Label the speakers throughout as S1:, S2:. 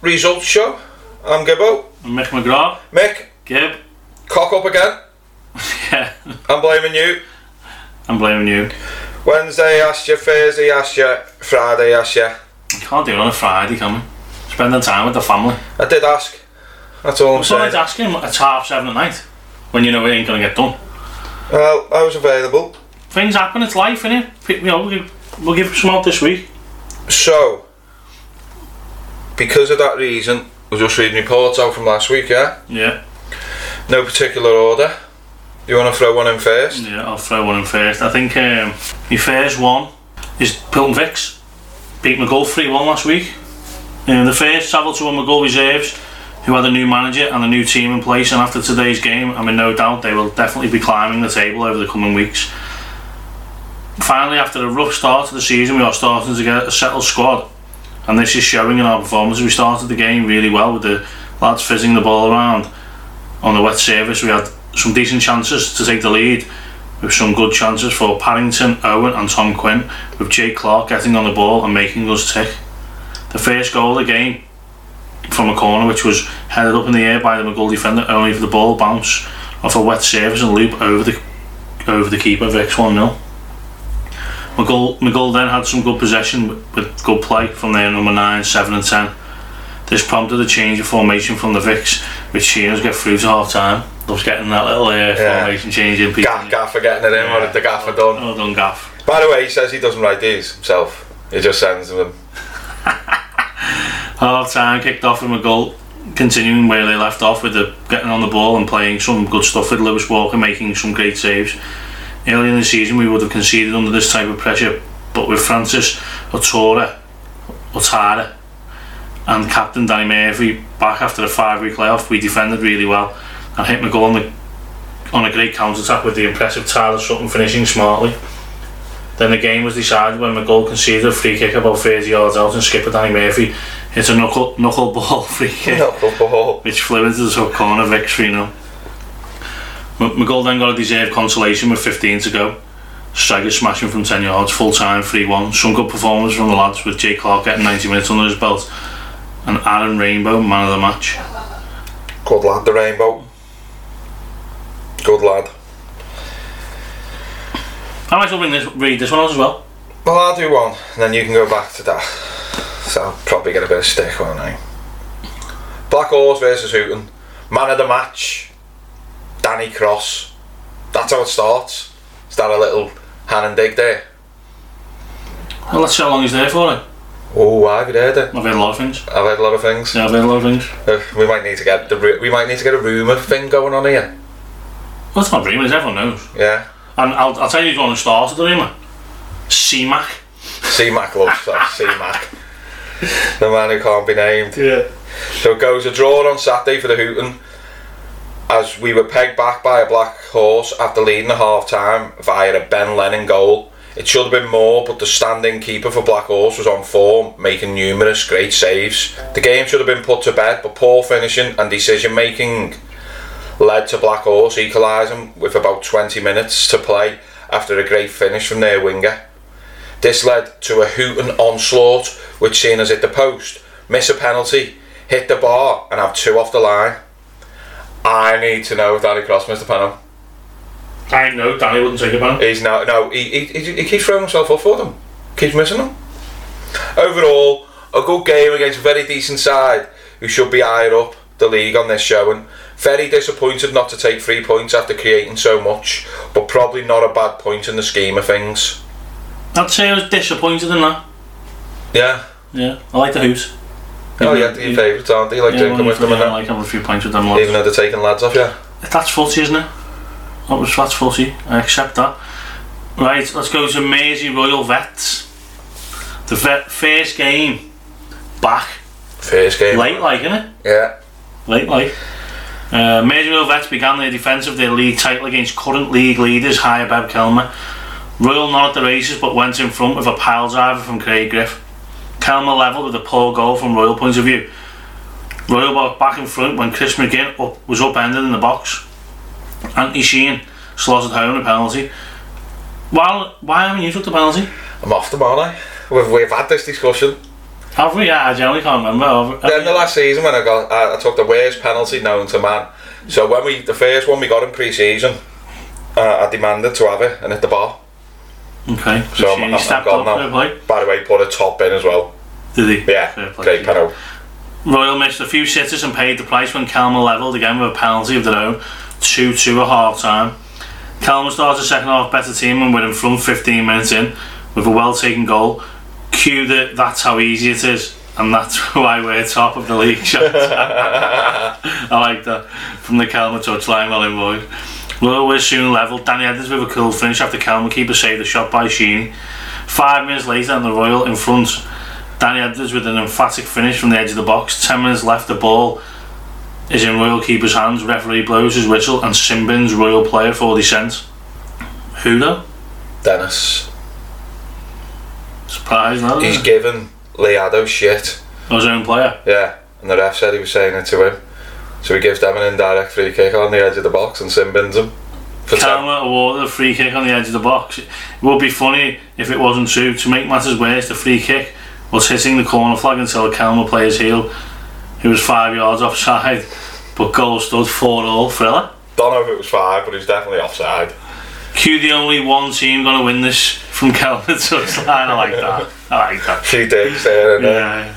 S1: results show. I'm Gibbo.
S2: Mick McGraw,
S1: Mick,
S2: Gib,
S1: cock up again.
S2: yeah,
S1: I'm blaming you.
S2: I'm blaming you.
S1: Wednesday asked you, Thursday asked you, Friday asked you.
S2: You can't do it on a Friday, can we? Spending time with the family.
S1: I did ask. That's all I'm
S2: So I'd
S1: saying.
S2: ask him, it's half seven at night, when you know it ain't going to get done.
S1: Well, I was available.
S2: Things happen, it's life, innit? P- You know, we'll give, we'll give some out this week.
S1: So, because of that reason, we're just reading reports out from last week, yeah?
S2: Yeah,
S1: No particular order. You want to throw one in first?
S2: yeah, I'll throw one in first. I think um, my first one is Pilton Vix. Beat McGull 3 1 last week. Um, the first travel to one McGull reserves, who had a new manager and a new team in place, and after today's game, I'm in no doubt they will definitely be climbing the table over the coming weeks. Finally, after a rough start to the season, we are starting to get a settled squad, and this is showing in our performance. We started the game really well with the lads fizzing the ball around on the wet surface. We had some decent chances to take the lead, with some good chances for Parrington, Owen, and Tom Quinn, with Jake Clark getting on the ball and making us tick. The first goal of the game from a corner, which was headed up in the air by the McGull defender, only for the ball bounce off a wet surface and loop over the over the keeper, Vex 1 0. McGull, McGull then had some good possession with, with good play from their number 9, 7 and 10. This prompted a change of formation from the Vix, which Sheehan's get through to half time. Loves getting that little uh,
S1: Yeah.
S2: formation change in. people.
S1: Gaff, gaffer getting it in. What did the gaffer done?
S2: Well done, Gaff.
S1: By the way, he says he doesn't write these himself. He just sends them.
S2: Half time kicked off with a goal, continuing where they left off with the getting on the ball and playing some good stuff with Lewis Walker making some great saves. Early in the season, we would have conceded under this type of pressure, but with Francis Otora, Otara and captain Danny Murphy back after a five week layoff, we defended really well and hit McGull on, the, on a great counter attack with the impressive Tyler Sutton finishing smartly. Then the game was decided when McGull conceded a free kick about 30 yards out and skipper Danny Murphy hit a knuckle, knuckle ball free kick
S1: Knuckleball.
S2: which flew into the top corner of X 3 0. McGull then got a deserved consolation with 15 to go. Striker smashing from 10 yards, full time 3 1. Some good performance from the lads with Jay Clark getting 90 minutes under his belt and Aaron Rainbow, man of the match.
S1: Good lad, the rainbow. Good lad.
S2: I might as well bring this, read this one out as well.
S1: Well, I'll do one, and then you can go back to that. So I'll probably get a bit of stick, won't I? Black Horse versus Hooton. Man of the match. Danny Cross. That's how it starts. Is that a little hand and dig there?
S2: Well, let's see how long he's there for it.
S1: Oh, I've heard it.
S2: I've heard a lot of things.
S1: I've heard a lot of things.
S2: Yeah, I've heard a lot of things.
S1: Uh, we might need to get the ru- we might need to get a rumour thing going on here.
S2: Well, it's not rumours, everyone knows.
S1: Yeah.
S2: And I'll, I'll tell you who's going to start at the rumour. C-Mac.
S1: C Mac loves that. C Mac. The man who can't be named.
S2: Yeah.
S1: So it goes a draw on Saturday for the Hooton as we were pegged back by a black horse after leading at half time via a Ben Lennon goal. It should have been more, but the standing keeper for Black Horse was on form, making numerous great saves. The game should have been put to bed, but poor finishing and decision making led to Black Horse equalising with about 20 minutes to play after a great finish from their winger. This led to a hooting onslaught, which seen us hit the post, miss a penalty, hit the bar, and have two off the line. I need to know if Danny Cross missed the penalty.
S2: I know Danny wouldn't take a man.
S1: He's now no, he, he, he keeps throwing himself up for them, keeps missing them. Overall, a good game against a very decent side who should be higher up the league on this showing. Very disappointed not to take three points after creating so much, but probably not a bad point in the scheme of things.
S2: I'd say I was disappointed in that.
S1: Yeah.
S2: Yeah, I like the Hoos.
S1: Oh yeah, they're your favourites, aren't they? Like
S2: Yeah,
S1: drinking
S2: one
S1: with
S2: of them,
S1: them and
S2: yeah, I
S1: that.
S2: like having a few pints with them lads.
S1: Even though they're taking lads off, yeah.
S2: That's footy, isn't it? That was, that's footy. I accept that. Right, let's go to Mersey Royal Vets. The ve- first game back.
S1: First game.
S2: Late like, innit?
S1: Yeah.
S2: Late like. Uh, Mersey Royal Vets began their defence of their league title against current league leaders Higher Bab Kelmer. Royal not at the races but went in front with a pile driver from Craig Griff. Kelmer levelled with a poor goal from Royal point of view. Royal were back in front when Chris McGinn up, was upended in the box. Anthony Sheehan slotted home a penalty. Well, why haven't you took the penalty?
S1: I'm off them, aren't I? We've, we've had this discussion.
S2: Have we? Yeah, I generally can't remember. Have, have
S1: Then the
S2: we?
S1: last season when I got, I, I took the worst penalty known to man. So when we, the first one we got in pre-season, uh, I demanded to have it and hit the bar.
S2: Okay.
S1: So
S2: So
S1: I'm,
S2: he
S1: I'm, I'm
S2: stepped
S1: gone
S2: up
S1: now.
S2: fair play.
S1: By the way, put a top in as well.
S2: Did he?
S1: Yeah,
S2: Fair play
S1: great
S2: to you.
S1: penalty.
S2: Royal missed a few sitters and paid the price when Kalmar levelled again with a penalty of their own, 2 2 at half time. Kalmar started second half better team and were in front 15 minutes in with a well taken goal. Cue the that's how easy it is, and that's why we're top of the league. Shout out. I like that from the Kalmar touchline, well invoiced. Royal were soon levelled. Danny Edwards with a cool finish after Kalmar keeper saved a shot by Sheeny. Five minutes later, and the Royal in front. Danny Edwards with an emphatic finish from the edge of the box. Ten minutes left, the ball is in Royal keeper's hands. Referee blows his whistle, and Simbin's Royal player for descent. Who though?
S1: Dennis,
S2: Surprised, no?
S1: he's given Leado shit.
S2: His own player.
S1: Yeah, and the ref said he was saying it to him. So he gives them an indirect free kick on the edge of the box and Simbins him. For ten.
S2: Kalmar awarded a free kick on the edge of the box. It would be funny if it wasn't true. To make matters worse, the free kick was hitting the corner flag until a Kalmar player's heel, who was five yards offside, but goal stood 4 all thriller.
S1: Don't know if it was five, but he's definitely offside.
S2: Q the only one team gonna win this from Kelvin touchline. I like that. I like that.
S1: She digs there and there.
S2: Yeah.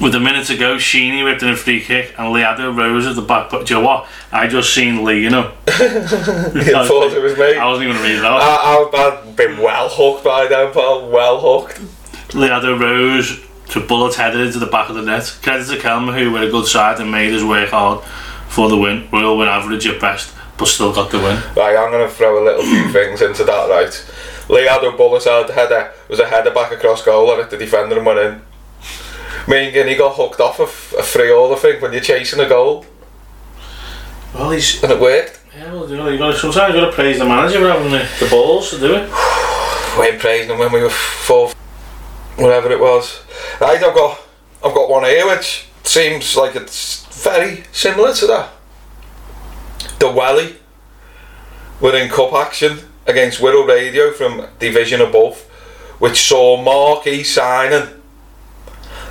S2: With a minute to go, Sheeny whipped in a free kick and Leado rose at the back. But do you know what? I just seen Lee, you know.
S1: He thought it was me.
S2: I
S1: I,
S2: wasn't even gonna read it out.
S1: I, I've been well hooked by then, pal. Well hooked.
S2: Leado rose to bullet headed into the back of the net. Credit to Kelmer, who were a good side and made us work hard for the win. Royal win average at best, but still got the win.
S1: Right, I'm going to throw a little few things into that, right? Leado Bullis had header, was a header back across goal and hit the defender and went in. Mean Guinea got hooked off a, f- a free all, I think, when you're chasing a goal,
S2: Well, he's.
S1: and it worked.
S2: Yeah, well, you know, you gotta, sometimes you've got to praise the manager for having the, the balls to do it.
S1: We ain't praising him when we were fourth, whatever it was. Right, I've got, I've got one here which seems like it's very similar to that. The Welly were in cup action against Wirral Radio from Division Above, which saw marquee signing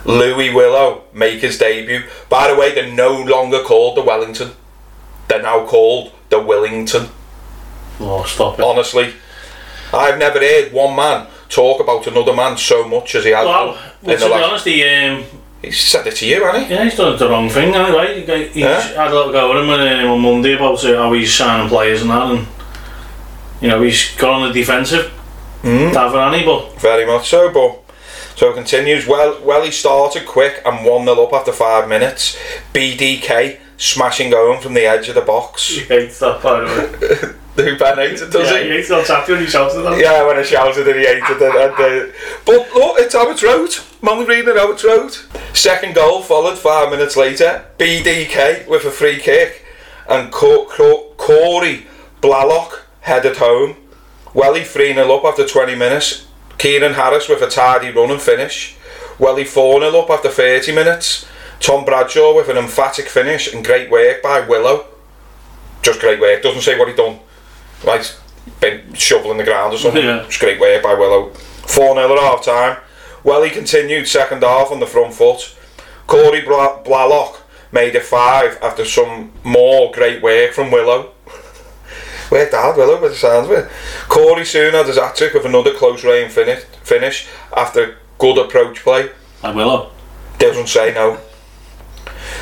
S1: Louis Willow make his debut. By the way, they're no longer called the Wellington; they're now called the Willington.
S2: Oh, stop it.
S1: Honestly, I've never heard one man talk about another man so much as he has.
S2: Well,
S1: done
S2: well,
S1: in
S2: to
S1: the
S2: be
S1: last.
S2: honest, he, um,
S1: He said it to you, hasn't he?
S2: yeah, he's done the wrong thing, hasn't he, right? He, got- he's
S1: Yeah.
S2: had a little go at him uh, on Monday about uh, how he's signing players and that, and you know he's gone on the defensive.
S1: Hmm?
S2: Mm. Davern, but
S1: Very much so, but. So it continues. Well, well, he started quick and 1 0 up after five minutes. BDK smashing home from the edge of the box.
S2: he hates that by the way.
S1: Who Ben hated, does
S2: yeah,
S1: he?
S2: he hates that tattoo and he shouts at them.
S1: Yeah, when I shouted and he hated it. And, uh, but look, it's Howard's Road. I'm only reading it Howard's Road. Second goal followed five minutes later. BDK with a free kick. And Co- Co- Corey Blalock headed home. Welly 3 0 up after 20 minutes. Keenan Harris with a tidy run and finish. Welly 4 0 up after 30 minutes. Tom Bradshaw with an emphatic finish and great work by Willow. Just great work. Doesn't say what he done. Like, been shoveling the ground or something.
S2: Yeah.
S1: Just great work by Willow. 4 0 at half time. Welly continued second half on the front foot. Corey Bla- Blalock made a 5 after some more great work from Willow. Worked hard, Willow, by the sounds of it. Corey soon had his hat trick with another close range finish, finish after good approach play.
S2: I will.
S1: Doesn't say no.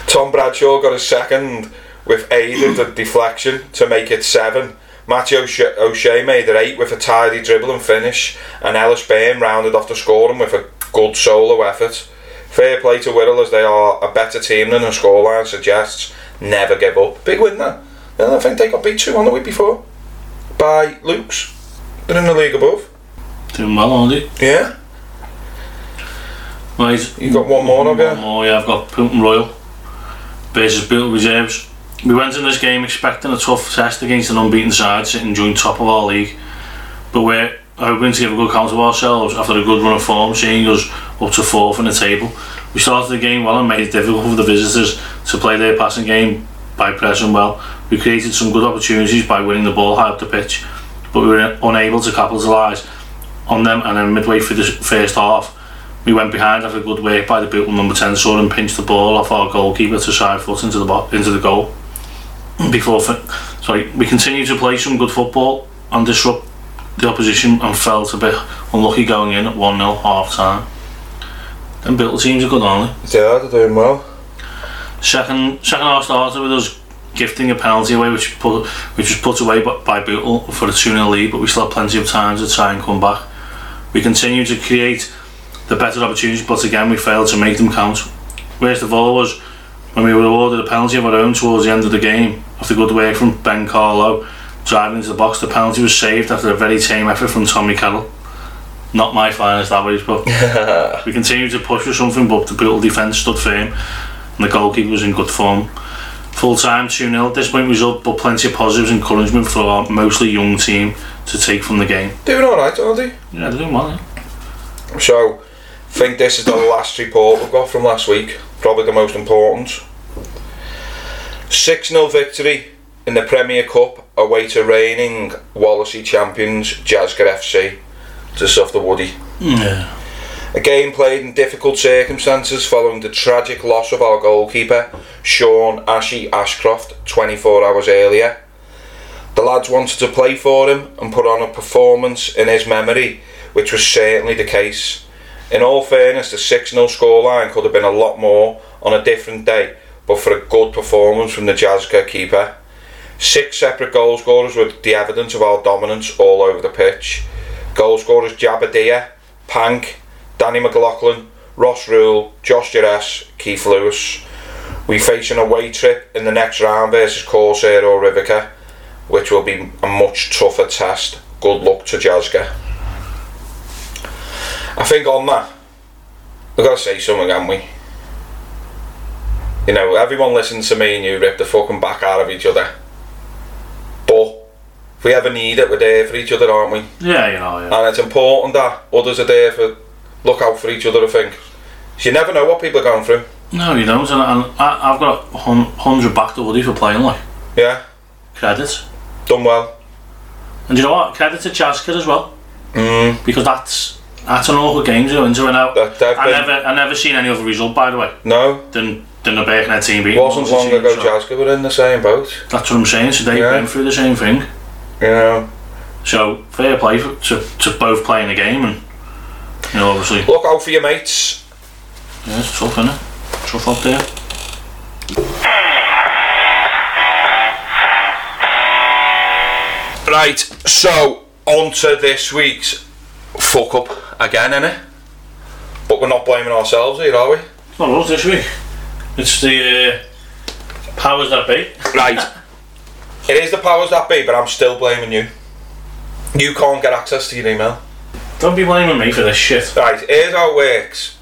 S1: Tom Bradshaw got his second with aid of the deflection to make it seven. Matthew O'Shea, O'Shea made it eight with a tidy dribble and finish, and Ellis Bain rounded off the scoring with a good solo effort. Fair play to Whittle as they are a better team than the scoreline suggests. Never give up. Big win that. And I think they got beat two on the week before by Luke's. They're in the league above.
S2: Doing well, aren't he?
S1: Yeah.
S2: Right.
S1: You got one more, have you?
S2: One more, Mm, oh, yeah, I've got Putin Royal versus Built Reserves. We went in this game expecting a tough test against an unbeaten side sitting joint top of our league, but we're hoping to give a good count of ourselves after a good run of form, seeing us up to fourth in the table. We started the game well and made it difficult for the visitors to play their passing game by pressing well. We created some good opportunities by winning the ball high up the pitch, but we were unable to capitalise on them and then midway through the first half We went behind after good work by the boot number 10 saw him pinch the ball off our goalkeeper to side foot into the, bo- into the goal. Before fi- sorry, we continued to play some good football and disrupt the opposition and felt a bit unlucky going in at 1 0 half time. Then built teams are good, aren't they?
S1: Yeah, they're doing well.
S2: Second, second half started with us gifting a penalty away, which put, which was put away by, by Bootle for a 2 0 lead, but we still had plenty of time to try and come back. We continued to create the better opportunities, but again, we failed to make them count. Whereas the ball was when we were awarded a penalty of our own towards the end of the game, after good work from Ben Carlo driving into the box, the penalty was saved after a very tame effort from Tommy Carroll. Not my finest average, but we continued to push for something, but the brutal defence stood firm and the goalkeeper was in good form. Full time 2 0, disappointing result, but plenty of positives and encouragement for our mostly young team to take from the game.
S1: Doing alright, aren't they?
S2: Yeah, they're doing well, eh?
S1: So, think this is the last report we've got from last week. Probably the most important. 6 0 victory in the Premier Cup away to reigning Wallasey champions Jazzger FC to Softer Woody.
S2: Yeah.
S1: A game played in difficult circumstances following the tragic loss of our goalkeeper, Sean Ashy Ashcroft, 24 hours earlier. The lads wanted to play for him and put on a performance in his memory, which was certainly the case. In all fairness, the 6 0 scoreline could have been a lot more on a different day, but for a good performance from the Jazzka keeper. Six separate goal scorers were the evidence of our dominance all over the pitch. Goal scorers Jabadea, Pank, Danny McLaughlin, Ross Rule, Josh Jerez, Keith Lewis. We face an away trip in the next round versus Corsair or Rivica, which will be a much tougher test. Good luck to Jazga. I think on that, we've got to say something, haven't we? You know, everyone listens to me and you rip the fucking back out of each other. But if we ever need it, we're there for each other, aren't we?
S2: Yeah, you know, yeah.
S1: and it's important that others are there for look out for each other. I think 'Cause you never know what people are going through.
S2: No, you don't. And, and I, I've got a hun- 100 back to Woody for playing, like,
S1: Yeah,
S2: credit.
S1: done well.
S2: And you know what? Credit to Chaska as well. Mm. Because that's that's an awkward game to go into. And I,
S1: That they've
S2: I
S1: been-
S2: never I never seen any other result, by the way,
S1: No,
S2: than, than a Birkenhead team beating.
S1: it wasn't
S2: Wolves'
S1: long
S2: team,
S1: ago.
S2: so
S1: Jaska were in the same boat.
S2: That's what I'm saying. So they've
S1: Yeah.
S2: been through the same thing.
S1: You know,
S2: So fair play for, to, to both playing the game and you know obviously
S1: look out for your mates.
S2: yeah, it's tough innit? Tough up there.
S1: Right, so on to this week's fuck up again, innit? But we're not blaming ourselves here, are we?
S2: It's not us this week. It's the uh, powers that be.
S1: Right. it is the powers that be, but I'm still blaming you. You can't get access to your email.
S2: Don't be blaming me for this shit.
S1: Right, here's how it works.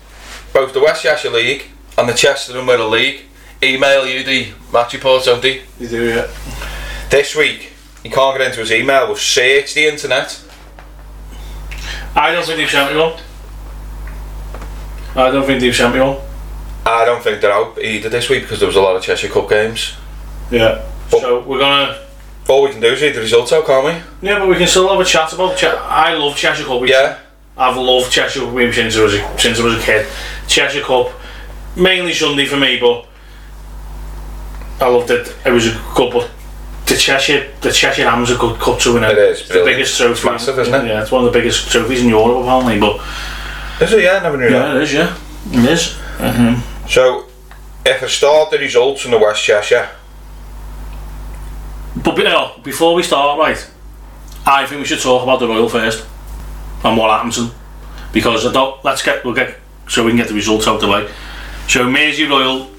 S1: Both the West Yorkshire League and the Chester and Wirral League email you the match reports, don't they?
S2: You do yeah.
S1: This week, you can't get into his email. We've searched the internet.
S2: I don't think they've sent me one. I don't think they've sent me one.
S1: I don't think they're out either this week because there was a lot of Cheshire Cup games.
S2: Yeah. So we're gonna
S1: All we can do is read the results out, can't we?
S2: yeah, but we can still have a chat about. Che- I love Cheshire Cup. We
S1: Yeah.
S2: I've loved Cheshire Cup games since I was a, since I was a kid. Cheshire Cup, mainly Sunday for me, but I loved it. It was a good, but the Cheshire the Cheshire Ham's a good cup to win.
S1: It is,
S2: It's the
S1: brilliant.
S2: biggest trophy.
S1: It's massive, isn't it?
S2: Yeah, it's one of the biggest trophies in Europe apparently. But
S1: Is it? Yeah, I never knew
S2: yeah, it is. Yeah, it is.
S1: that. So, if I start the results in the West Cheshire,
S2: But you know, before we start, right, I think we should talk about the Royal first and what happened to them. Because I don't, let's get, we'll get, so we can get the results out the way. So Mersey Royal,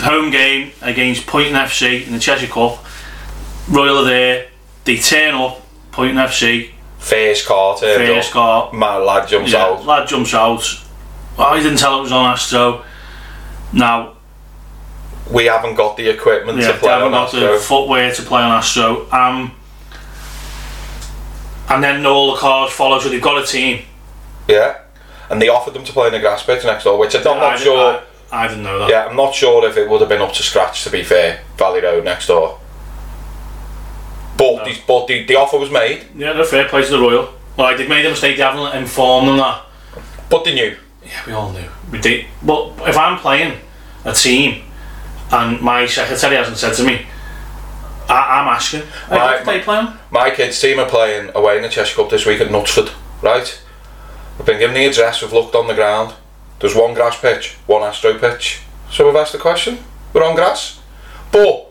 S2: home game against Poynton FC in the Cheshire Cup. Royal are there, they turn up, Poynton FC,
S1: first car turned
S2: first
S1: up.
S2: car,
S1: My lad jumps
S2: yeah,
S1: out.
S2: Lad jumps out. I didn't tell it was on Astro. Now,
S1: We haven't got the equipment
S2: Yeah,
S1: to play
S2: Devon
S1: on
S2: got
S1: that. so-
S2: the footwear to play on Astro. Um, and then all the cars follow, so they've got a team.
S1: Yeah. And they offered them to play in the grass pitch next door, which I'm not
S2: I,
S1: sure.
S2: didn't, I, I didn't know that.
S1: Yeah, I'm not sure if it would have been up to scratch. To be fair, Valley Road next door. But, these, but the, the offer was made.
S2: Yeah, no fair play to the Royal. Like, they've made a mistake, they haven't informed them that.
S1: But they knew.
S2: yeah, we all knew. We did. But if I'm playing a team and my secretary hasn't said to me, I, I'm asking, hey,
S1: Right,
S2: right, they playing?
S1: My kids' team are playing away in the Chess Cup this week at Knutsford, right? I've been given the address, we've looked on the ground. There's one grass pitch, one astro pitch. So we've asked the question. We're on grass. But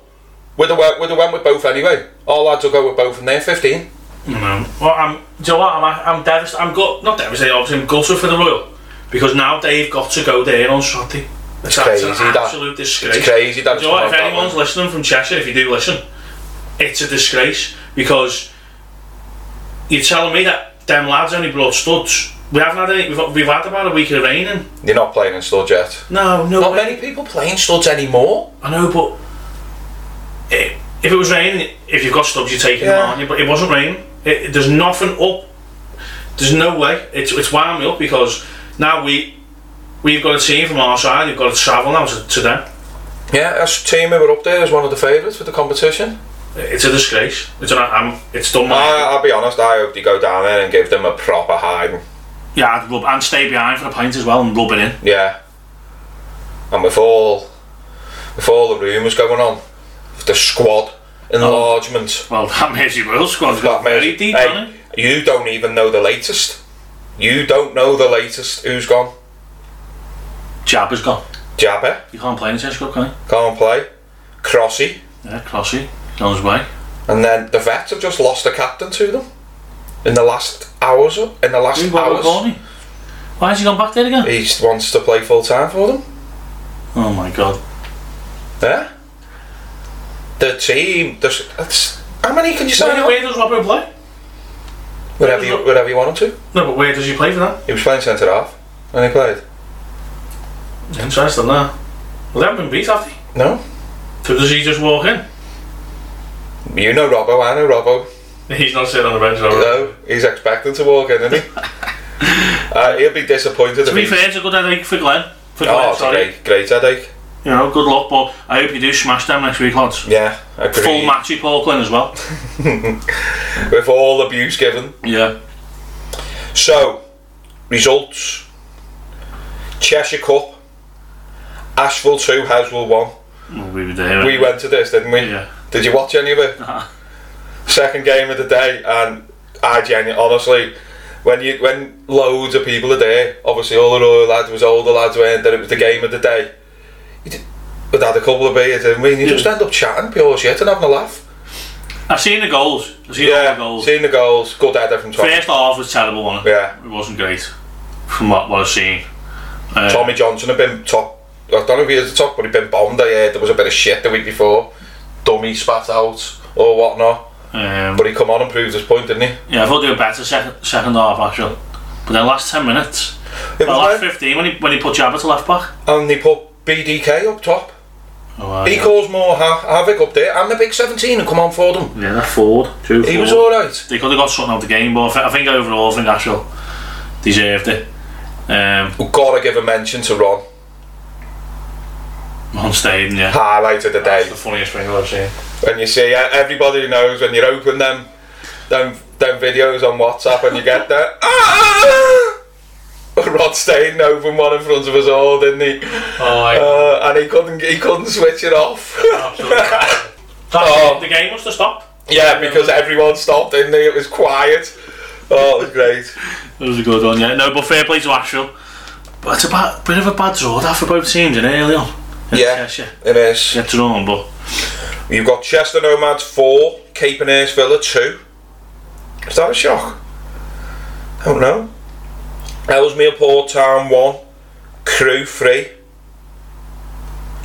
S1: we'd have went, we'd have went with both anyway. Our lads will go with both and they're 15.
S2: No. Well, I'm. Do you know what? I'm. I'm devastated. I'm gut. Not devastated. Obviously, I'm gutted for the Royal because now they've got to go there on Saturday. It's
S1: crazy,
S2: an
S1: that.
S2: absolute disgrace.
S1: It's crazy that
S2: Do
S1: it's
S2: you know what? If
S1: come out that
S2: anyone's
S1: way.
S2: listening from Cheshire, if you do listen, it's a disgrace because you're telling me that them lads only brought studs. We haven't had any. We've, got- we've had about a week of raining.
S1: You're not playing in studs yet.
S2: No, no.
S1: Not
S2: way.
S1: many people playing studs anymore.
S2: I know, but i if it was raining, if you've got stubs, you're taking
S1: Yeah.
S2: them, aren't you? But it wasn't raining. It, it- there's nothing up. There's no way. It's it's wound me up because now we we've got a team from our side. We've got to travel now to, to them.
S1: Yeah, that's team who were up there as one of the favourites for the competition.
S2: It's a disgrace. It's an, I'm, it's done. my-
S1: I, I'll be honest, I hope they go down there and give them a proper hiding.
S2: yeah, I'd rub and stay behind for the pint as well and rub it in.
S1: Yeah. And with all with all the rumours going on, with the squad enlargement.
S2: Well, that Mersey Royal squad's got
S1: that means-
S2: very deep,
S1: hey,
S2: hasn't it?
S1: you don't even know the latest. You don't know the latest who's gone.
S2: Jabber's gone.
S1: Jabber,
S2: You can't play in the Chess Cup, can you?
S1: can't play. Crossy.
S2: Yeah, Crossy, on his way.
S1: And then the vets have just lost a captain to them. In the last hours in the last
S2: Who, Robert
S1: hours.
S2: Corney? Why has he gone back there again?
S1: He just wants to play full time for them.
S2: Oh my god.
S1: Yeah. The team there's that's how many can you sign
S2: Where,
S1: up?
S2: where does Robbo play?
S1: Wherever you wherever you want him to.
S2: No, but where does he play for that?
S1: He was playing centre half and he played.
S2: Interesting, that. Well, they haven't been beat, have they?
S1: No?
S2: So does he just walk in?
S1: You know Robbo, I know Robbo.
S2: He's not sitting on the bench, Robbo.
S1: No, he's expecting to walk in, isn't he? uh, he'll be disappointed
S2: To
S1: if
S2: be
S1: he's...
S2: fair, it's a good headache for Glenn. For Glenn,
S1: Oh, it's a
S2: sorry.
S1: great, great headache.
S2: You know, good luck, but I hope you do smash them next week, lads.
S1: Yeah, agreed.
S2: Full match report, Glenn, as well.
S1: With all abuse given.
S2: yeah.
S1: So, results. Cheshire Cup. Asheville 2, Haswell 1.
S2: Well, we were there. eh?
S1: We went to this, didn't we?
S2: Yeah.
S1: Did you watch any of it?
S2: Uh-huh.
S1: Second game of the day, and I genuinely, honestly, when you when loads of people are there, obviously all the other lads was older lads weren't there. It was the game of the day. You did, we'd had a couple of beers, didn't we? And you
S2: Yeah.
S1: just end up chatting pure shit and having a laugh.
S2: I've seen the goals. I've seen all
S1: Yeah,
S2: the goals.
S1: seeing the goals, good header from Tommy.
S2: First half was terrible, wasn't it?
S1: Yeah,
S2: It wasn't great, from what, what I've seen. Uh,
S1: Tommy Johnson had been top. I don't know if he was the top, but he'd been bombed. I heard there was a bit of shit the week before, dummy spat out or whatnot.
S2: um,
S1: But he come on and proved his point, didn't he?
S2: Yeah, I thought they were better second, second half actually. But then last 10 minutes,
S1: It
S2: well,
S1: was
S2: last
S1: great.
S2: 15 when he, when he put Jabba to left back.
S1: and they put BDK up top.
S2: Oh, wow,
S1: He
S2: yeah.
S1: caused more ha- havoc up there, and the big 17 and come on for them.
S2: yeah, that Ford. Drew
S1: He
S2: Ford.
S1: was alright.
S2: they could have got something out of the game, but I, thi- I think overall, I think Ashwell deserved it. Um,
S1: We've got to give a mention to Ron.
S2: on Staden, yeah.
S1: Highlight of the day.
S2: That's the funniest thing I've seen.
S1: When you see uh, everybody knows when you open them, them, them videos on WhatsApp and you get that. "Ah!" Rod Stain opened one in front of us all, didn't he?
S2: Oh,
S1: Uh, and he couldn't, he couldn't switch it off. Oh.
S2: The game must have stopped.
S1: yeah, because everyone stopped, didn't they? It was quiet. Oh, it was great.
S2: That was a good one, yeah. No, but fair play to Ashwell. But it's a bad, bit of a bad draw that for both teams, isn't it, early on?
S1: Yeah,
S2: Cheshire.
S1: it is.
S2: Get drawn, but
S1: You've got Chester Nomads 4, Cape and Ayers Villa 2. Is that a shock? I don't know. Ellesmere Port Town 1, Crew 3,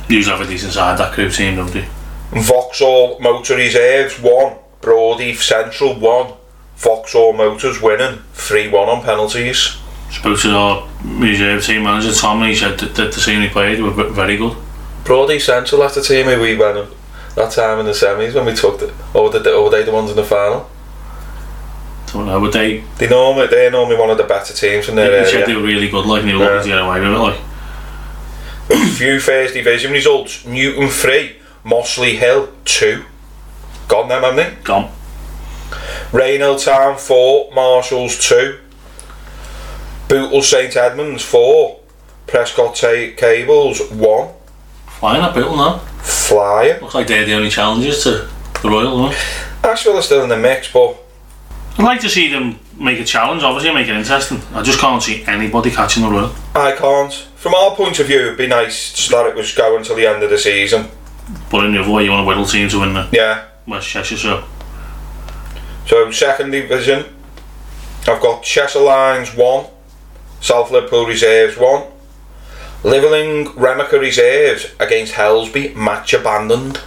S2: usually have a decent side, that crew team, don't they?
S1: Vauxhall Motor Reserves 1, Broadheath Central 1, Vauxhall Motors winning 3 1 on penalties.
S2: spoke to our reserve team manager Tom and he said that, that the team he played were ve- very good.
S1: Broadheath Central, that's the team who we went on that time in the semis when we took the. Or were they, or were they the ones in the final?
S2: Don't know, but they
S1: They normally, they're normally one of the better teams in their
S2: he said
S1: area.
S2: they were really good like and they were lucky to get away with it like.
S1: few first division results. Newton 3, Mossley Hill 2. Gone them, haven't they?
S2: Gone.
S1: Rainhill Town 4, Marshalls 2. Bootle St Edmunds four, Prescott Ta- Cables one,
S2: Why not Bootle now?
S1: Flyer.
S2: Looks like they're the only challenges to the Royal, don't they?
S1: Asheville are still in the mix, but
S2: I'd like to see them make a challenge, obviously, and make it interesting. I just can't see anybody catching the Royal.
S1: I can't. From our point of view, it'd be nice that it was going till the end of the season.
S2: But in the other way, you want a Whittle team to win the
S1: Yeah.
S2: West Cheshire, so
S1: So second division, I've got Cheshire Lions one, South Liverpool reserves one, Liverling Remica reserves against Helsby match abandoned.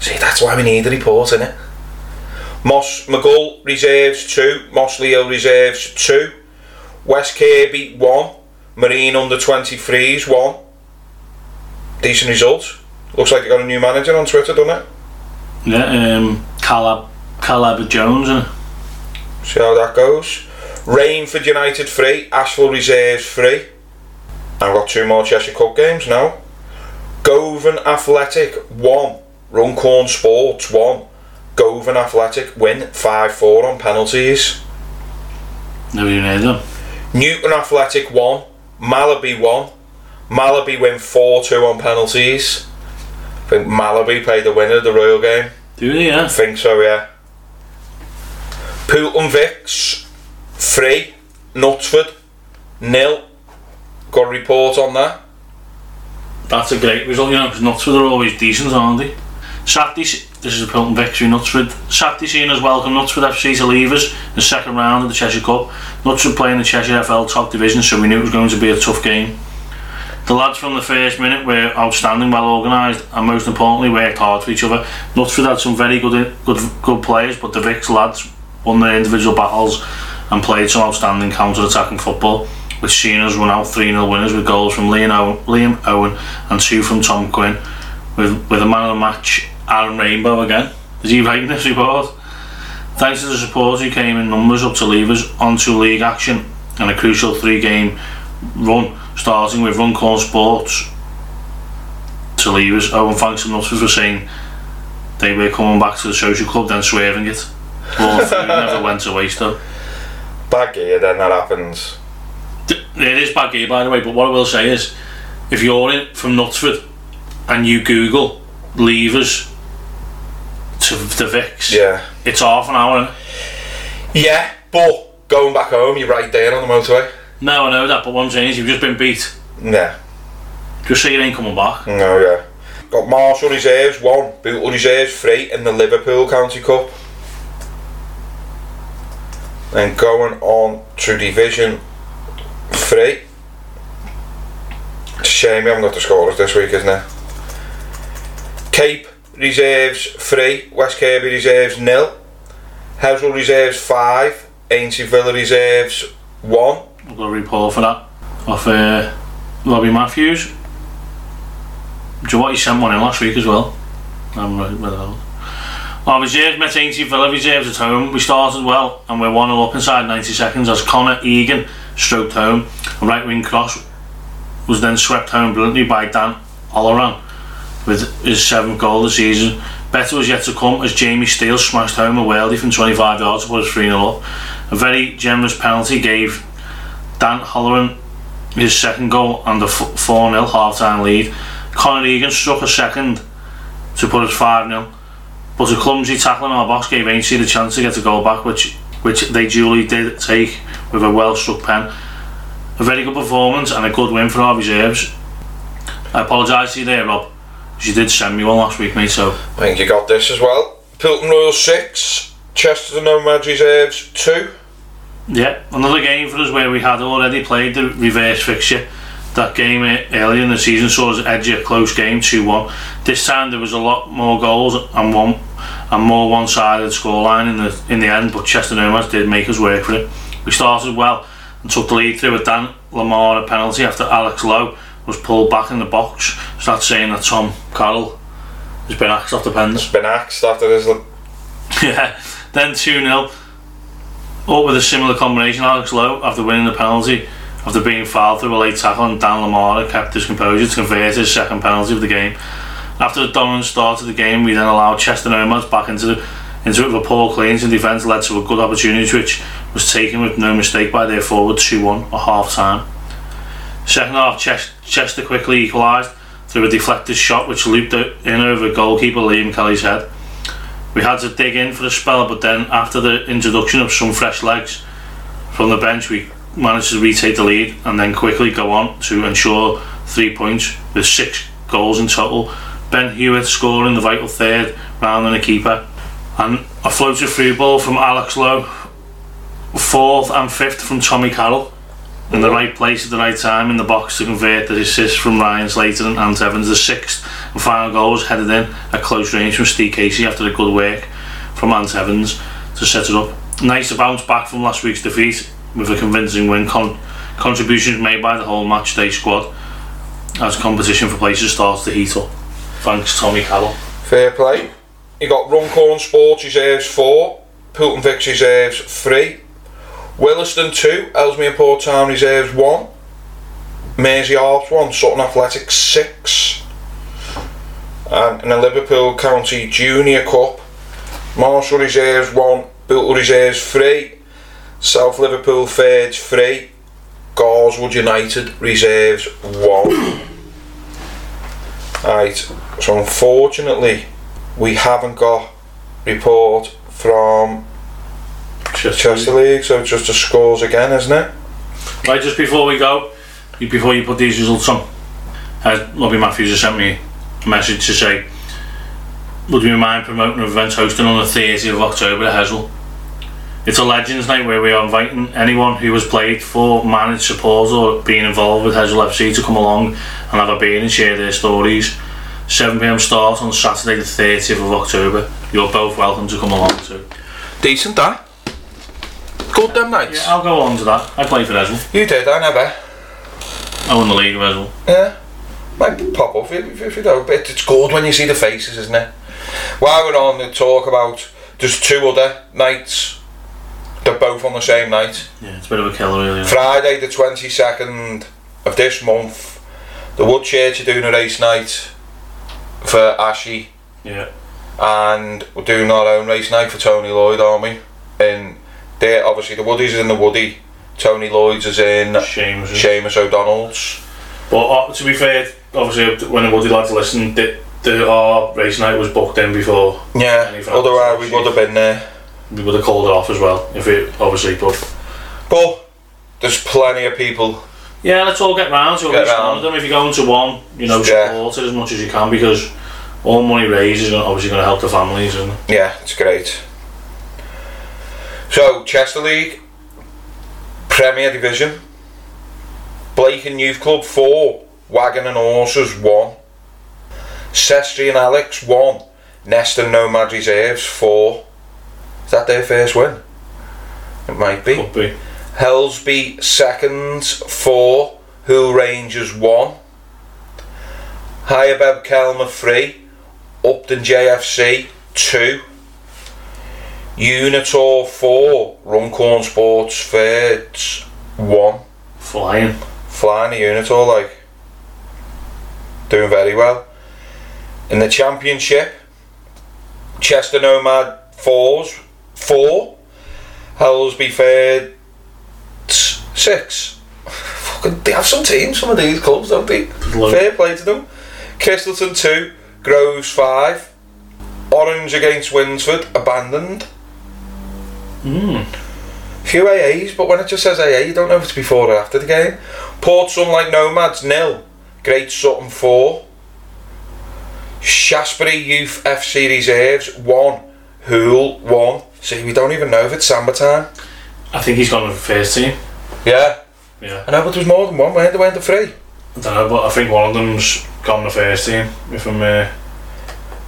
S1: See, that's why we need a report in it. Moss McGull reserves two, Moss Leo reserves two, West Kirby one, Marine under 23s one. Decent results. Looks like they got a new manager on Twitter, doesn't it?
S2: yeah, um, Calab, Calab Jones and
S1: See how that goes. Rainford United three, Asheville Reserves three. I've got two more Cheshire Cup games now. Govan Athletic one, Runcorn Sports one. Govan Athletic win five four on penalties.
S2: never even heard of them.
S1: Newton Athletic one, Malaby one. Malaby win four two on penalties. I think Malaby played the winner of the Royal game.
S2: Do they? Yeah.
S1: think so, yeah. Poulton Vix, three, Nutford, nil. Got a report on that.
S2: That's a great result, you know, because Knutsford are always decent, aren't they? Saturday, s- this is a Pilton victory, Knutsford. Saturday seeing us welcome Knutsford FC to Levers, the second round of the Cheshire Cup. Knutsford playing the Cheshire FL top division, so we knew it was going to be a tough game. The lads from the first minute were outstanding, well organised, and most importantly, worked hard for each other. Knutsford had some very good, good, good players, but the Vicks lads won their individual battles and played some outstanding counter-attacking football, which seen us run out 3-0 winners with goals from Liam Owen, Liam Owen and two from Tom Quinn, with with a man of the match, Aaron Rainbow again. Is he writing this report? Thanks to the support who came in numbers up to leavers onto league action and a crucial three-game run, starting with Runcorn Sports to leavers. Owen thanks enough for saying they were coming back to the social club, then swerving it. All three never went to waste though.
S1: Bad gear, then that happens.
S2: Th- It is bad gear, by the way, but what I will say is if you're in from Knutsford and you Google levers to the Vix,
S1: Yeah.
S2: it's half an hour. innit?
S1: Yeah, but going back home, you're right there on the motorway.
S2: No, I know that, but what I'm saying is you've just been beat.
S1: Nah,
S2: Just say you ain't coming back.
S1: no, yeah. Got Marshall Reserves one, Bootle Reserves three in the Liverpool County Cup. And going on to Division Three. It's a Shame we haven't got the scorers this week, isn't it? Cape Reserves three, West Kirby Reserves nil, Household Reserves five, Ainsley Villa Reserves one.
S2: I've got a report for that off uh, Robbie Matthews. Do you what he sent one in last week as well? I'm right with that. Our reserves met Ainsley Villa reserves at home. We started well and we're 1 0 up inside 90 seconds as Connor Egan stroked home. A right wing cross was then swept home brilliantly by Dan Olleran with his seventh goal of the season. Better was yet to come as Jamie Steele smashed home a worldie from 25 yards to put us 3 0 up. A very generous penalty gave Dan Holloran his second goal and the 4 0 half time lead. Conor Egan struck a second to put us 5 0. But a clumsy tackle in our box gave Ainsley the chance to get a goal back, which which they duly did take with a well struck pen. A very good performance and a good win for our reserves. I apologise to you there, Rob. 'cause You did send me one last week, mate, so
S1: I think you got this as well. Pilton Royal 6, Chesterton Nomad Reserves 2.
S2: Yeah, another game for us where we had already played the reverse fixture. That game eh, earlier in the season saw us edge a close game 2 1. This time there was a lot more goals and one and more one sided scoreline in the in the end, but Chester Nomads did make us work for it. We started well and took the lead through with Dan Lamar a penalty after Alex Lowe was pulled back in the box. So that's saying that Tom Carroll has been axed off the pens.
S1: Been axed after this. l-
S2: Yeah, then 2 0. Up with a similar combination, Alex Lowe, after winning the penalty, after being fouled through a late tackle on Dan Lamara, kept his composure to convert his second penalty of the game. After the dominant start to the game, we then allowed Chester Nomads back into the into it with a poor cleans in defence led to a good opportunity which was taken with no mistake by their forward 2 1 at half time. Second half, Ches- Chester quickly equalised through a deflected shot which looped o- in over goalkeeper Liam Kelly's head. We had to dig in for a spell, but then after the introduction of some fresh legs from the bench, we managed to retake the lead and then quickly go on to ensure three points with six goals in total. Ben Hewitt scoring the vital third, rounding the keeper, and a floater through ball from Alex Lowe, fourth and fifth from Tommy Carroll, in the right place at the right time in the box to convert the assist from Ryan Slater and Ant Evans. The sixth and final goal was headed in at close range from Steve Casey after the good work from Ant Evans to set it up. Nice to bounce back from last week's defeat with a convincing win. Con- contributions made by the whole match day squad as competition for places starts to heat up. Thanks, Tommy Carroll.
S1: Fair play. You got Runcorn Sports reserves four, Poulton Vic reserves three, Williston two, Ellesmere Port Town reserves one, Mersey Harps one, Sutton Athletics six, and in the Liverpool County Junior Cup, Marshall reserves one, Bootle reserves three, South Liverpool thirds three, Gorswood United reserves one. right, so unfortunately we haven't got report from Chester League, so it's just the scores again, isn't it?
S2: Right, just before we go, you- before you put these results on, uh, Robbie Matthews has sent me a message to say, would you mind promoting an event hosting on the 30th of October at Hesel? It's a Legends Night where we are inviting anyone who has played for, managed, supported or been involved with Hesel FC to come along and have a beer and share their stories. 7pm start on Saturday the 30th of October. You're both welcome to come along too.
S1: Decent, that. Good, them nights.
S2: Yeah, I'll go along to that. I play for Hesel.
S1: You did, I never.
S2: I won the league with Hesel.
S1: Yeah. Might pop up if, if, if you don't, but it's good when you see the faces, isn't it? While we're on the talk about just two other nights, they're both on the same night.
S2: Yeah, it's a bit of a killer really.
S1: Friday the 22nd of this month, the Woodchurch are doing a race night for Ashy
S2: Yeah.
S1: and we're doing our own race night for Tony Lloyd, aren't we? And they obviously the Woodies is in the Woody, Tony Lloyd's is in
S2: Shame. isn't it?
S1: Seamus O'Donnell's.
S2: But uh, to be fair, obviously, when the Woody lads listened, the, the our race night was booked in before
S1: Yeah,
S2: And if I was
S1: otherwise we
S2: actually-
S1: would have been there.
S2: we would have called it off as well. If it obviously, but
S1: But there's plenty of people.
S2: yeah, let's all get round to a
S1: Get
S2: race
S1: round.
S2: of them. If you're going to one, you know,
S1: Yeah.
S2: support it as much as you can because all money raised is obviously going to help the families and
S1: Yeah, it's great. So Chester League, Premier Division, Blake and Youth Club four, Wagon and Horses one, Sestry and Alex one, Nest and Nomad Reserves four. Is that their first win? It might be.
S2: could be.
S1: Hellsby seconds four, Hull Rangers one, Hyabeb Kelmer three, Upton JFC two, Unitor four, Runcorn Sports thirds one,
S2: Flying.
S1: flying the Unitor like doing very well. In the championship, Chester Nomad fours four, Hellsby third six. Fucking, they have some teams, some of these clubs, don't they?
S2: Look.
S1: Fair play to them. Cristleton two, Groves five, Orange against Winsford abandoned.
S2: Mm.
S1: Few AAs, but when it just says AA, you don't know if it's before or after the game. Port Sunlight Nomads nil, Great Sutton four, Shasbury Youth FC reserves one, Hool one. See, we don't even know if it's Samba time.
S2: I think he's gone with the first team.
S1: Yeah,
S2: Yeah,
S1: I know, but there was more than one. Where they went to three.
S2: I don't know, but I think one of them's gone the first team. If I'm uh,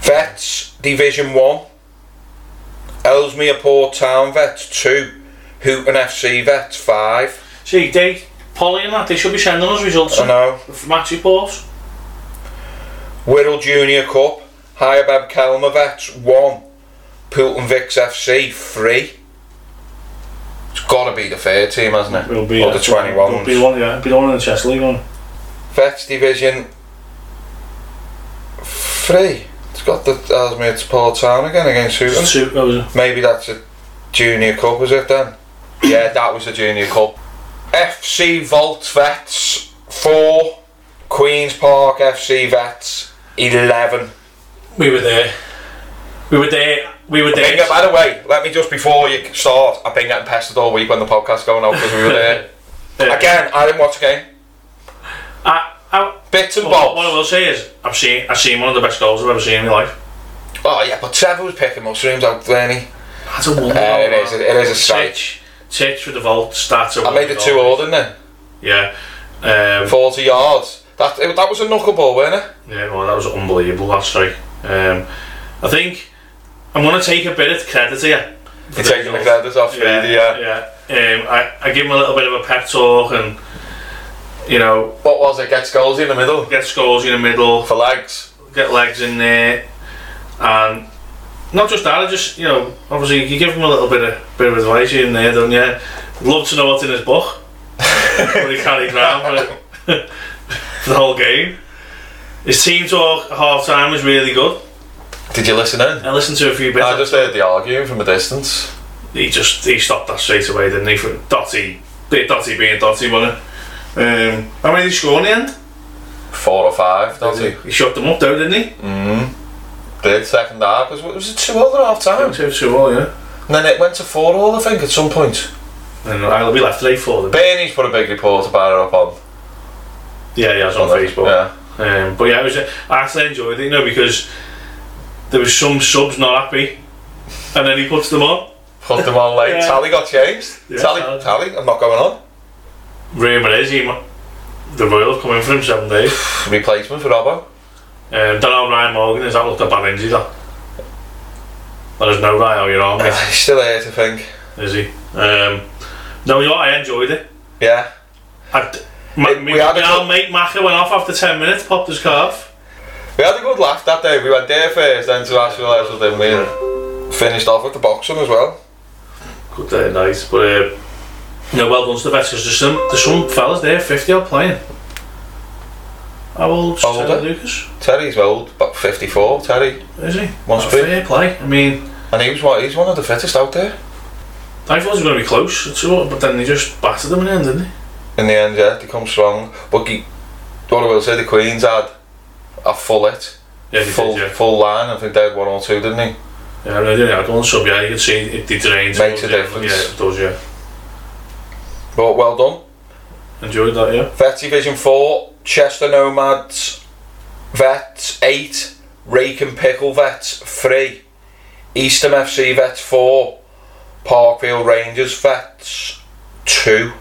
S1: Vets Division 1, Ellesmere Port Town Vets 2, Hooton FC Vets 5.
S2: see, they Polly and that they should be sending us results
S1: I know.
S2: of match reports.
S1: Wirral Junior Cup, Hyabab Kelmer Vets 1, Poulton Vicks FC 3. It's got to be the third team, hasn't it?
S2: It'll be
S1: or the
S2: uh, It'll be
S1: 21s.
S2: one, yeah, it'll be the one in the Chess League one.
S1: Vets Division 3. It's got the Ellesmere Port Town again against Hooton.
S2: Two, that was
S1: Maybe that's a Junior Cup, is it then? Yeah, that was the Junior Cup. FC Volt Vets 4, Queen's Park FC Vets 11.
S3: We were there. We were there. We were
S1: Bingo,
S3: there.
S1: by the way, let me just before you start, I've been getting pestered all week when the podcast's going out because we were there. Again, I didn't watch the game.
S2: I, I,
S1: Bits and
S2: what, what I
S1: bolts.
S2: will say is, I've seen, I've seen one of the best goals I've ever seen in my life.
S1: Oh, yeah, but Trevor was picking mushrooms out there. wasn't he?
S2: That's a one.
S1: Yeah, Uh, it is- it is a strike.
S2: Titch, Titch with the vault starts.
S1: I made it 2 all, didn't I?
S2: Yeah. Um,
S1: 40 yards. That, it- that was a knuckleball, wasn't it?
S2: Yeah, well, that was unbelievable, that strike. Um, I think I'm going to take a bit of credit here.
S1: You're taking the credit off uh,
S2: Yeah,
S1: Speedy, yeah.
S2: yeah. Um, I, I give him a little bit of a pep talk and, you know,
S1: What was it? Gets goals in the middle
S2: get scores in the middle,
S1: for legs.
S2: get legs in there. And not just that, I just, you know, obviously you give him a little bit of, bit of advice here and there, don't you? Love to know what's in his book. but he carried round for, for the whole game. His team talk at half time was really good.
S1: Did you listen in?
S2: I listened to a few bits.
S1: I just heard the arguing from a distance.
S2: he just he stopped that straight away, didn't he? For Dotty, bit Dotty being Dotty, wasn't it? Um, how many did he score in the end?
S1: Four or five, don't he? Mm-hmm.
S2: He shut them up though, didn't he?
S1: Did second half. 'cause Was it 2 all at half time?
S2: Two, two, all, yeah.
S1: And then it went to 4 all, I think, at some point.
S2: And I'll be left today for them.
S1: Bernie's put a big report about it up on,
S2: Yeah, yeah, it's on Facebook.
S1: Yeah.
S2: Um, but yeah, it was, I actually enjoyed it, you know, because there was some subs not happy, and then he puts them on.
S1: Put them on late.
S2: Yeah.
S1: Tally got changed.
S2: Yeah,
S1: tally,
S2: Tally.
S1: tally, I'm not going on.
S2: Rumour is he, mu- the Royal have come in for him seven days.
S1: Replacement for Robbo.
S2: Um, don't know Ryan Morgan is that looked a bad injury that. There's no right how you're on, mate.
S1: He's still here, I think.
S2: is he? Um, no, you know, what, I enjoyed it.
S1: Yeah.
S2: I d- my,
S1: It-
S2: me,
S1: we had a
S2: our
S1: good-
S2: mate Maca went off after 10 minutes, popped his calf.
S1: We had a good laugh that day. We went there first, then to Ashwell House, then we finished off with the boxing as well.
S2: Good
S1: eh,
S2: day, nice. But, uh, you know, well done to the vets, 'cause there's some, there's some fellas there, 50 odd playing. How old's
S1: Older.
S2: Taylor Lucas?
S1: Terry's old, about 54, Terry.
S2: Is he?
S1: Must
S2: Not
S1: be.
S2: Fair play. I mean,
S1: And he was one, he's one of the fittest out there.
S2: I thought it was going to be close, it's all- but then they just battered them in the end, didn't they?
S1: In the end, yeah, they come strong. But he, what I will say, the Queens had a full it,
S2: Yeah, they
S1: full
S2: did, yeah.
S1: full line. I think they had one or two, didn't he?
S2: Yeah, no, they didn't have one sub, yeah, you can see it, it drains.
S1: Makes a
S2: yeah,
S1: difference.
S2: Yeah, it does, yeah.
S1: But well done.
S2: Enjoyed that, yeah.
S1: Vet Division 4, Chester Nomads, Vets 8, Rake and Pickle Vets 3, Eastham FC Vets 4, Parkfield Rangers Vets 2.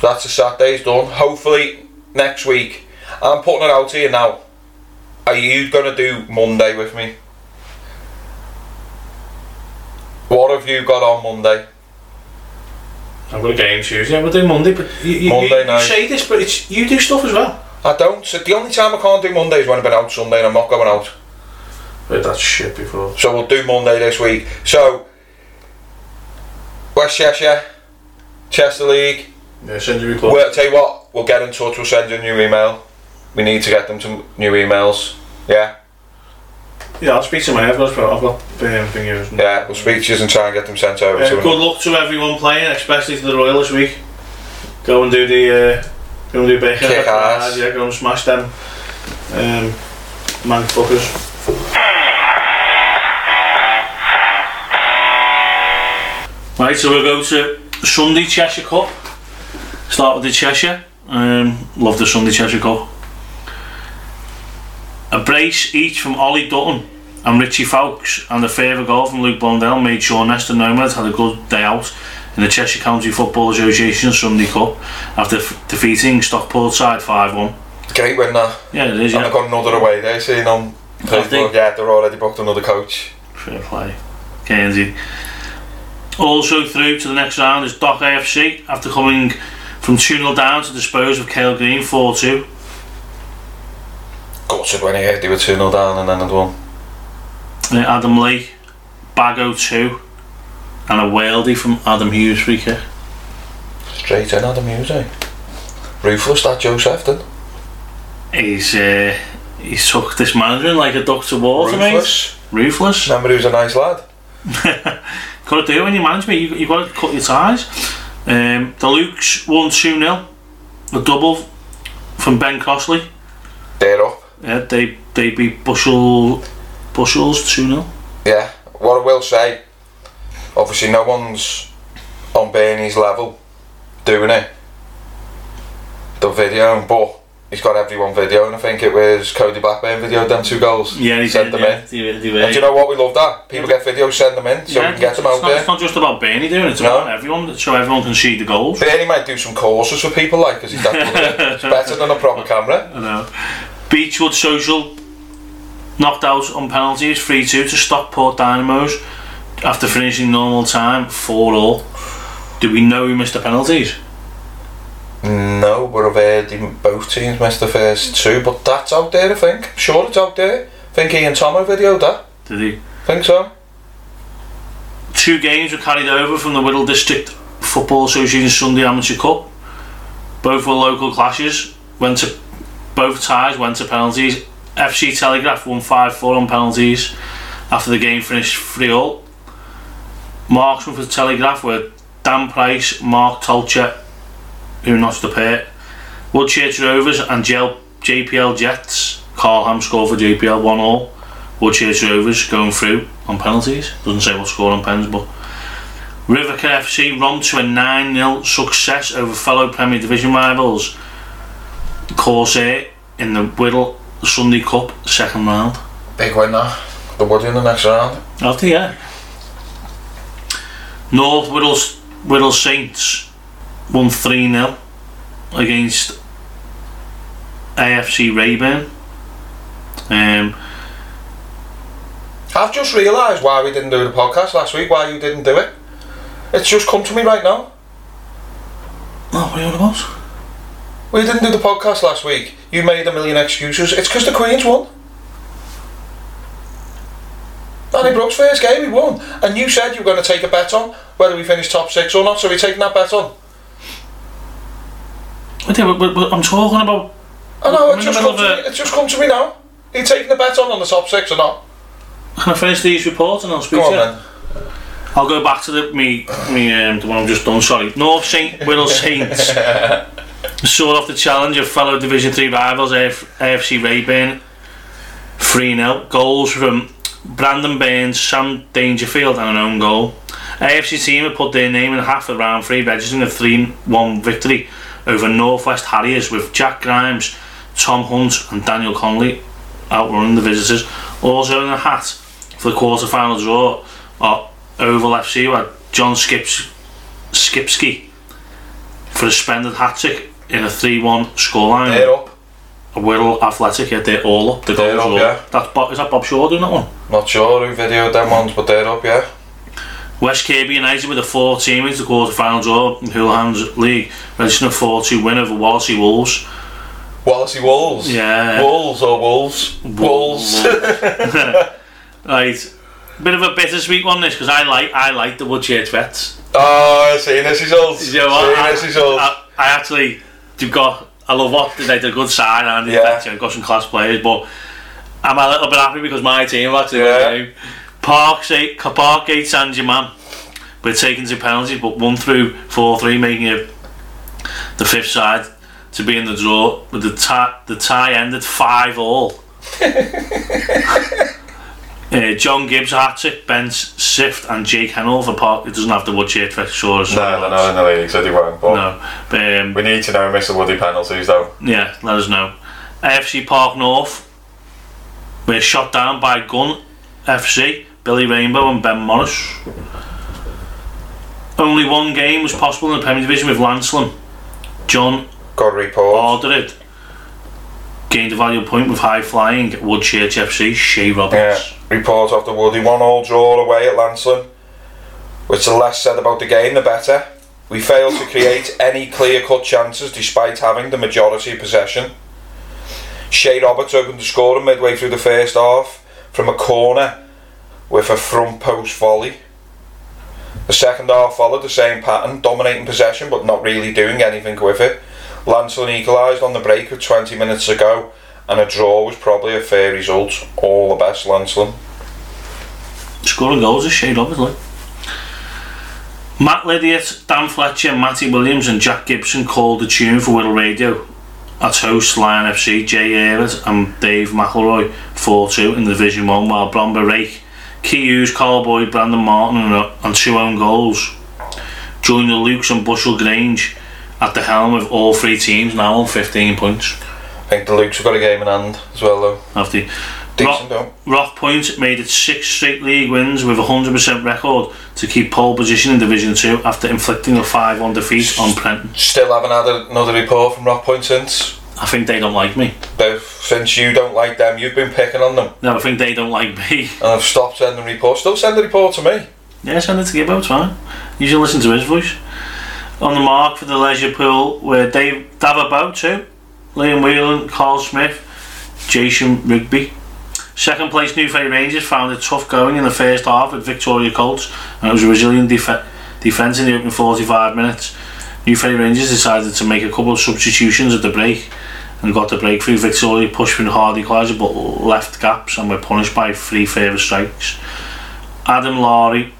S1: So that's the Saturday's done. Hopefully next week. I'm putting it out here now. Are you going to do Monday with me? What have you got on Monday?
S2: I've got a game Tuesday. Yeah, we'll do Monday, but you, you,
S1: Monday
S2: you,
S1: night.
S2: you say this, but it's you do stuff as well.
S1: I don't. So the only time I can't do Monday is when I've been out Sunday and I'm not going out.
S2: Heard that shit before.
S1: So we'll do Monday this week. So West Cheshire, Chester League.
S2: Yeah, send you a report.
S1: We'll tell you what, we'll get in touch, we'll send you a new email. We need to get them some new emails. Yeah?
S2: yeah, I'll speak to my adverts, but I've got um, fingers.
S1: Yeah, we'll speak to you and try and get them sent over
S2: Uh,
S1: to them.
S2: good luck to everyone playing, especially to the Royal this week. Go and do the uh, go and do Baker.
S1: Kick ass.
S2: Yeah, go and smash them. Um, man fuckers. Right, so we'll go to Sunday Cheshire Cup. Start with the Cheshire. Um, love the Sunday Cheshire Cup. A brace each from Ollie Dutton and Richie Fowkes, and a favour goal from Luke Blondell made sure Nesta Nomad had a good day out in the Cheshire County Football Association Sunday Cup after f- defeating Stockport side 5 1.
S1: Great win that.
S2: Yeah, it is,
S1: And I've
S2: yeah.
S1: got another away there, seeing on
S2: think-
S1: Facebook. Yeah, they're already booked another coach.
S2: Fair play. Kenzie. Also through to the next round is Dock AFC after coming from 2 0 down to dispose of Cale Green 4 2.
S1: Gutted when he heard they were 2 0 down and then had won.
S2: Adam Lee, Bago 2, and a worldie from Adam Hughes free kick.
S1: Straight in, Adam Hughes, eh? Ruthless, that Joe Sefton.
S2: He's uh, he's took this manager in like a duck to water, mate.
S1: Ruthless.
S2: Ruthless.
S1: Remember he was a nice lad?
S2: got to do it when you manage me. You you got to cut your ties. Um, the Luke's won two 0 the double from Ben Crossley.
S1: They're up.
S2: Yeah, they they beat Bushel Bushels two 0
S1: Yeah. What I will say, obviously, no one's on Bernie's level doing it. The video, but he's got everyone video, and I think it was Cody Blackburn videoed them two goals.
S2: Yeah, he
S1: sent them in.
S2: did. Yeah, they were-
S1: And do you know what? We love that. People get videos, send them in, so
S2: Yeah,
S1: we can get them
S2: it's
S1: out
S2: not,
S1: there.
S2: It's not just about Bernie doing it. It's
S1: No.
S2: about everyone, so everyone can see the goals.
S1: Bernie might do some courses for people, like, because he's that good. It's better than a proper camera.
S2: I know. uh, Beechwood Social knocked out on penalties 3 2 to Stockport Dynamos after finishing normal time 4 all. Do we know who missed the penalties?
S1: No, but I've heard him- both teams missed the first two, but that's out there, I think. Sure, it's out there. I think he and Tomo videoed that.
S2: Did he?
S1: Think so.
S2: Two games were carried over from the Whittle District Football Association Sunday Amateur Cup. Both were local clashes. Went to both ties went to penalties. FC Telegraph won five four on penalties after the game finished three all. Marksman for Telegraph were Dan Price, Mark Tolcher, who notched the pair. Woodchurch Rovers and JL, JPL Jets. Carl Ham scored for JPL one all. Woodchurch Rovers going through on penalties. Doesn't say what score on pens, but Rivercon FC romped to a 9 0 success over fellow Premier Division rivals Corsair in the Whittle Sunday Cup second round.
S1: Big win that. The Woody in the next round.
S2: After yeah. North Whittle, Whittle Saints won 3 0 against AFC Rayburn. Um,
S1: I've just realised why we didn't do the podcast last week, why you didn't do it. It's just come to me right now.
S2: oh, what are you on about?
S1: We didn't do the podcast last week. You made a million excuses. It's because the Queen's won. Danny Brooks' first game, he won. And you said you were going to take a bet on whether we finished top six or not, so we're taking that bet on.
S2: Wait, wait, wait, wait, I'm talking about
S1: I know,
S2: I'm
S1: it's
S2: in the
S1: Oh, just,
S2: middle
S1: come to
S2: of
S1: me,
S2: a-
S1: it's just come to me now. Are you taking the bet on on the top six or not?
S2: Can I finish these reports and I'll speak
S1: Go on
S2: to you?
S1: then.
S2: I'll go back to the me me um, the one I've just done. Sorry, North Saint Willow Saints sawed off the challenge of fellow Division Three rivals AF, AFC Rayburn. Three 0 goals from Brandon Burns, Sam Dangerfield, and an own goal. AFC team have put their name in half of round three, registering a three one victory over Northwest Harriers with Jack Grimes, Tom Hunt, and Daniel Conley outrunning the visitors. Also in the hat for the quarter final draw are Oval FC who had John Skips Skipski for a splendid hat trick in a 3 1
S1: They're
S2: scoreline.
S1: up.
S2: Whittle Athletic, yeah, they're all up. The
S1: They're
S2: goals
S1: up,
S2: are all
S1: yeah.
S2: That's Bob, is that Bob Shaw doing that one?
S1: Not sure who videoed them ones, but they're up, yeah.
S2: West Kirby United with a four team into the quarter final draw in Houlihan's League, registering a 4 2 win over Wallasey Wolves.
S1: Wallasey Wolves.
S2: Yeah.
S1: Wolves or Wolves? Wolves.
S2: Right. Bit of a bittersweet one this because I like I like the Woodchurch vets.
S1: Oh, seeing this results.
S2: Yeah, well,
S1: seeing
S2: I,
S1: this results.
S2: I, I actually do got. I love what they did. a good side and
S1: Yeah.
S2: yeah. they've got some class players, but I'm a little bit happy because my team have actually
S1: Yeah.
S2: yeah. game. Parkgate, Parkgate San Germain were taking two penalties, but one through four three, making it the fifth side to be in the draw. With the tie, the tie ended five all. Uh, John Gibbs hat trick, Ben S- Sift, and Jake Hennell for Park. It doesn't have the Woodchurch for sure. so
S1: no, no,
S2: that's-
S1: no, no, no, he said he won't. But
S2: no. Um,
S1: we need to know Mr. Woody penalties, though.
S2: yeah, let us know. AFC Park North were shot down by Gun FC, Billy Rainbow, and Ben Morris. Only one game was possible in the Premier Division with Lancelin. John
S1: Got
S2: Oh,
S1: report.
S2: Alderhead gained a valuable point with high flying Woodchurch FC, Shea
S1: Yeah,
S2: Roberts.
S1: report after Woody. One all draw away at Lancelin. Which the less said about the game, the better. We failed to create any clear cut chances despite having the majority of possession. Shea Roberts opened the scoring midway through the first half from a corner with a front post volley. The second half followed the same pattern, dominating possession but not really doing anything with it. Lancelin equalised on the break with 20 minutes to go, and a draw was probably a fair result. All the best, Lancelin.
S2: Scoring goals is Shea Roberts, like. Matt Lydiate, Dan Fletcher, Matty Williams, and Jack Gibson called the tune for Whittle Radio. At host Lion FC, Jay Ayres and Dave McElroy 4 2 in the Division 1, while Bromber Rake, Key Hughes, Carl Boyd, Brandon Martin, and, uh, and two own goals. Junior Lukes and Bushel Grange at the helm of all three teams now on 15 points.
S1: I think the Luke's have got a game in hand as well, though.
S2: After
S1: Decent, though.
S2: Rock Point made it six straight league wins with a 100% record to keep pole position in Division 2 after inflicting a 5 1 defeat on Prenton.
S1: Still haven't had a- another report from Rock Point since.
S2: I think they don't like me.
S1: They've, since you don't like them, you've been picking on them.
S2: No, I think they don't like me.
S1: And I've stopped sending reports. Don't send a report to me.
S2: Yeah, send it to Gibbo, it's fine. You should listen to his voice. On the mark for the leisure pool were Dave Davabo too, Liam Whelan, Carl Smith, Jason Rigby. Second place Newfay Rangers found it tough going in the first half with Victoria Colts and it was a resilient def- defence in the opening 45 minutes. Newfay Rangers decided to make a couple of substitutions at the break and got the breakthrough. Victoria pushed with hard equaliser but left gaps and were punished by three further strikes. Adam Laurie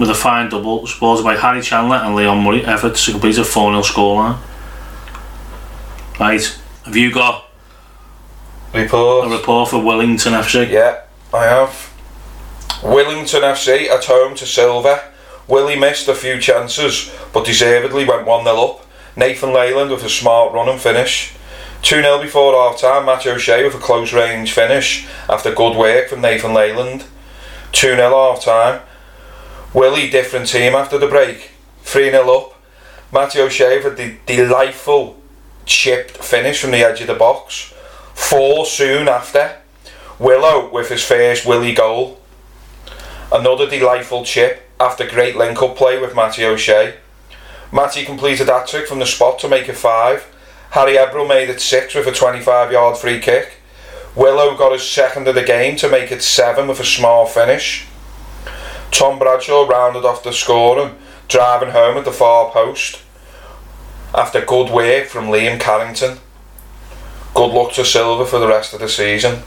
S2: with a fine double, supported by Harry Chandler and Leon Murray, efforts to complete a 4 0 scoreline. Right, have you got
S1: Report.
S2: a report for Wellington FC?
S1: Yeah, I have. Willington FC at home to Silver. Willie missed a few chances, but deservedly went 1 0 up. Nathan Leyland with a smart run and finish. 2 0 before half time, Matt O'Shea with a close range finish after good work from Nathan Leyland. 2 0 half time. Willie, different team after the break. 3 0 up. Matt O'Shea with the delightful chipped finish from the edge of the box. 4 soon after. Willow with his first Willie goal. Another delightful chip after great link up play with Matty O'Shea. Matty completed that trick from the spot to make it five. Harry Ebrel made it six with a 25 yard free kick. Willow got his second of the game to make it seven with a small finish. Tom Bradshaw rounded off the scoring, driving home at the far post after good work from Liam Carrington. Good luck to Silver for the rest of the season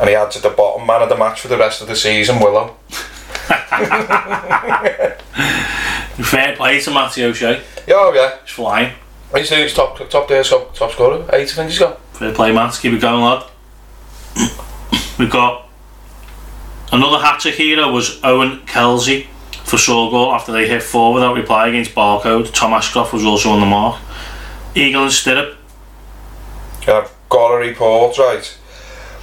S1: and he adds at the bottom man of the match for the rest of the season, Willow.
S2: Fair play to Matty O'Shea,
S1: Yeah, oh yeah.
S2: he's flying.
S1: He's, he's top top there, top, top scorer. Eight, I think he's got.
S2: Fair play, Matt, keep it going, lad. We've got another hat trick hero was Owen Kelsey for Sorgall after they hit four without reply against Barcode. Tom Ashcroft was also on the mark. Eagle and Stirrup
S1: And I've got a report, right?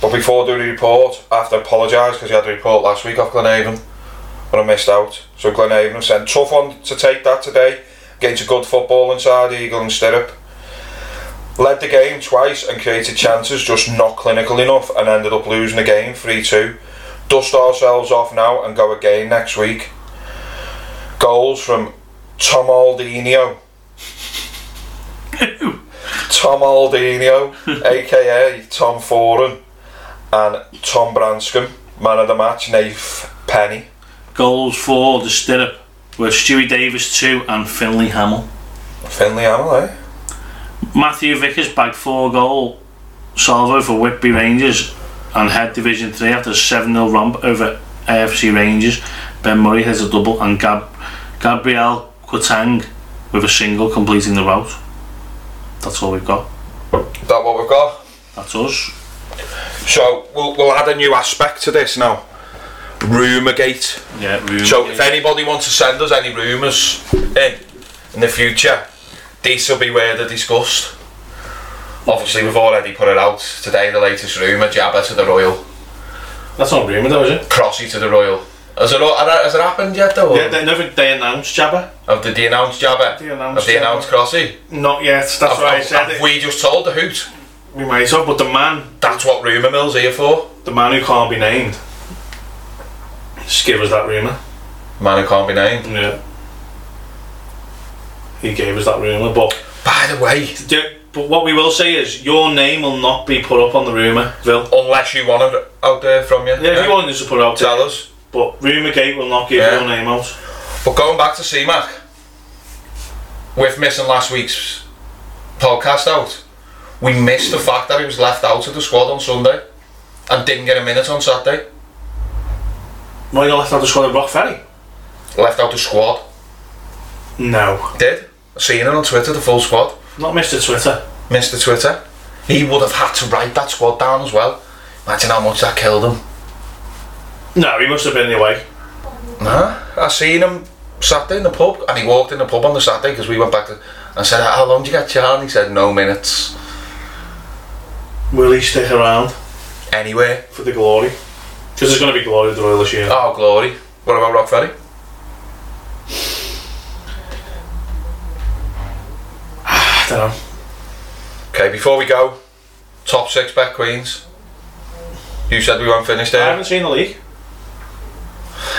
S1: But before doing the report, I have to apologise because he had a report last week off Glenhaven, but I missed out. So Glenhaven have sent tough one to take that today against a good football inside Eagle and Stirrup. Led the game twice and created chances, just not clinical enough, and ended up losing the game 3 2. Dust ourselves off now and go again next week. Goals from Tom Aldinio. Tom Aldinio, aka Tom Foran, and Tom Branscombe, man of the match, Nath Penny.
S2: Goals for the Stirrup were Stewie Davis 2 and Finley Hamill.
S1: Finley Hamill, eh?
S2: Matthew Vickers bagged four goal salvo for Whitby Rangers and head Division 3 after a 7 0 romp over AFC Rangers. Ben Murray has a double and Gab- Gabriel Quatang with a single completing the route. That's all we've got.
S1: Is that what we've got?
S2: That's us.
S1: So we'll, we'll add a new aspect to this now. Rumourgate.
S2: Yeah, we
S1: So if anybody wants to send us any rumours in in the future, these will be where they're discussed. Obviously, we've already put it out today. The latest rumour: Jabba to the Royal,
S3: That's not rumour though, is it?
S1: Crossy to the Royal. Has it, al- has it happened yet, though?
S3: They, they never they announced Jabba.
S1: Have they they announced Jabba?
S3: They announced
S1: Have they
S3: Jabba.
S1: announced Crossy?
S3: Not yet. That's why I
S1: Have-
S3: said
S1: have
S3: it.
S1: we just told the hoot.
S3: We might have, but the man,
S1: That's what rumour mill's here for.
S3: the man who can't be named, just gave us that rumour.
S1: Man who can't be named.
S3: Yeah. He gave us that rumour, but
S1: By the way,
S3: Yeah, but what we will say is your name will not be put up on the rumour, Vil.
S1: unless you want it out there from you, eh,
S3: Yeah, if you want us to put it out,
S1: tell us.
S3: but Rumourgate will not give
S1: Yeah.
S3: your name out.
S1: But going back to CMAC, with missing last week's podcast out, we missed the fact that he was left out of the squad on Sunday and didn't get a minute on Saturday.
S3: Why not left out the squad of Rock Ferry?
S1: left out the squad.
S2: No.
S1: Did. I seen it on Twitter, the full squad.
S2: Not Mr. Twitter.
S1: Mr. Twitter. He would have had to write that squad down as well. Imagine how much that killed him.
S2: No, he must have been away.
S1: Nah, I seen him Saturday in the pub, and he walked in the pub on the Saturday because we went back to. I said, "How long do you get, John?" He said, "No minutes."
S2: Will he stick around
S1: Anyway,
S2: for the glory? Because there's going to be glory at the Royal this year.
S1: oh glory! What about Rock Ferry?
S2: I don't know.
S1: Okay, before we go, top six bet Queens. You said we weren't finished
S2: I
S1: there.
S2: haven't seen the league.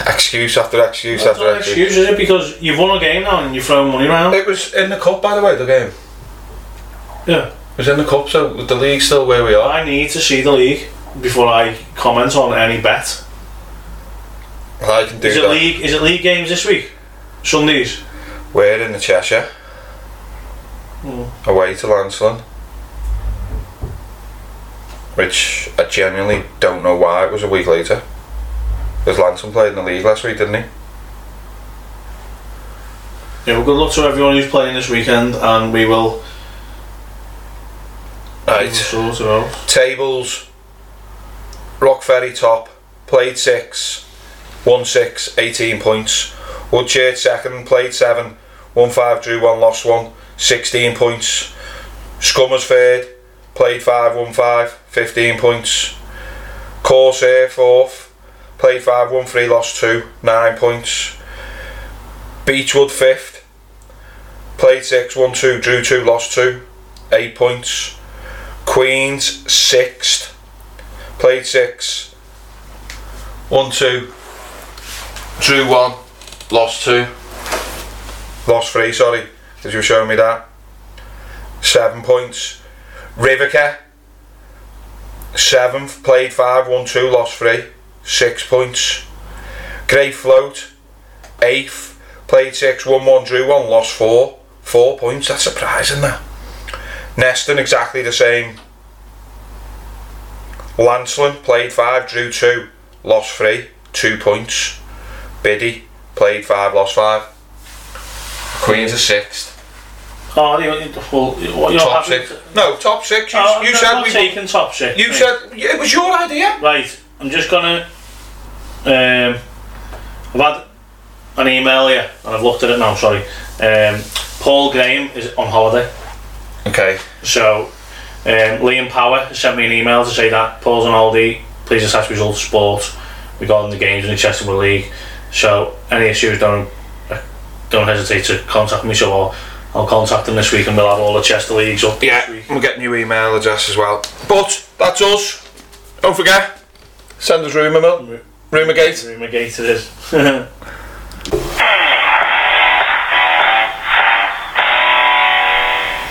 S1: Excuse after excuse
S2: That's
S1: after
S2: not an
S1: excuse.
S2: excuse, is it? Because you've won a game now and you're throwing money around.
S1: It was in the cup, by the way. The game
S2: Yeah.
S1: it was in the cup, so the league's still where we are.
S2: I need to see the league before I comment on any bet.
S1: I can do
S2: Is it
S1: that.
S2: league? Is it league games this week? Sundays.
S1: We're in the Cheshire. Away to Lansland. Which I genuinely don't know why it was a week later. Because Lansland played in the league last week, didn't he?
S2: Yeah, well, good luck to everyone who's playing this weekend, and we will we will
S1: Right.
S2: sort it out.
S1: Tables. Rock Ferry top. Played six. Won six. 18 points. Woodchurch second. Played seven. Won five. Drew one. Lost one. 16 points. Scummers third. Played five. Won five. 15 points. Corsair fourth. Played five. Won three. Lost two. 9 points. Beechwood fifth. Played six. Won two. Drew two. Lost two. 8 points. Queens sixth, played six, one two, drew one, lost two, lost three. Sorry, because you were showing me that. Seven points. Rivica seventh, played five, one two, lost three, six points. Grey float eighth, played six, one one, drew one, lost four, four points. That's surprising. That. Neston exactly the same. Lancelin played five, drew two, lost three, two points. Biddy played five, lost five. Queens are sixth.
S2: Oh, you, you, well, what you're
S1: Top
S2: having-
S1: six. No, top six. You,
S2: Oh,
S1: you
S2: no,
S1: said
S2: not
S1: we.
S2: taking top six.
S1: You
S2: mate.
S1: said it was your idea.
S2: right. I'm just gonna. Um, I've had an email here, and I've looked at it now. Sorry. Um, Paul Graham is on holiday,
S1: Okay.
S2: so um, Liam Power sent me an email to say that Paul's on holiday. Please attach results sports regarding the games in the Chesterfield League. So any issues, don't uh, don't hesitate to contact me. So I'll, I'll contact them this week, and we'll have all the Chester leagues up.
S1: Yeah,
S2: This week.
S1: we'll get new email address as well. But that's us. Don't forget, send us rumour mill, rumour gate.
S2: Rumour gate it is.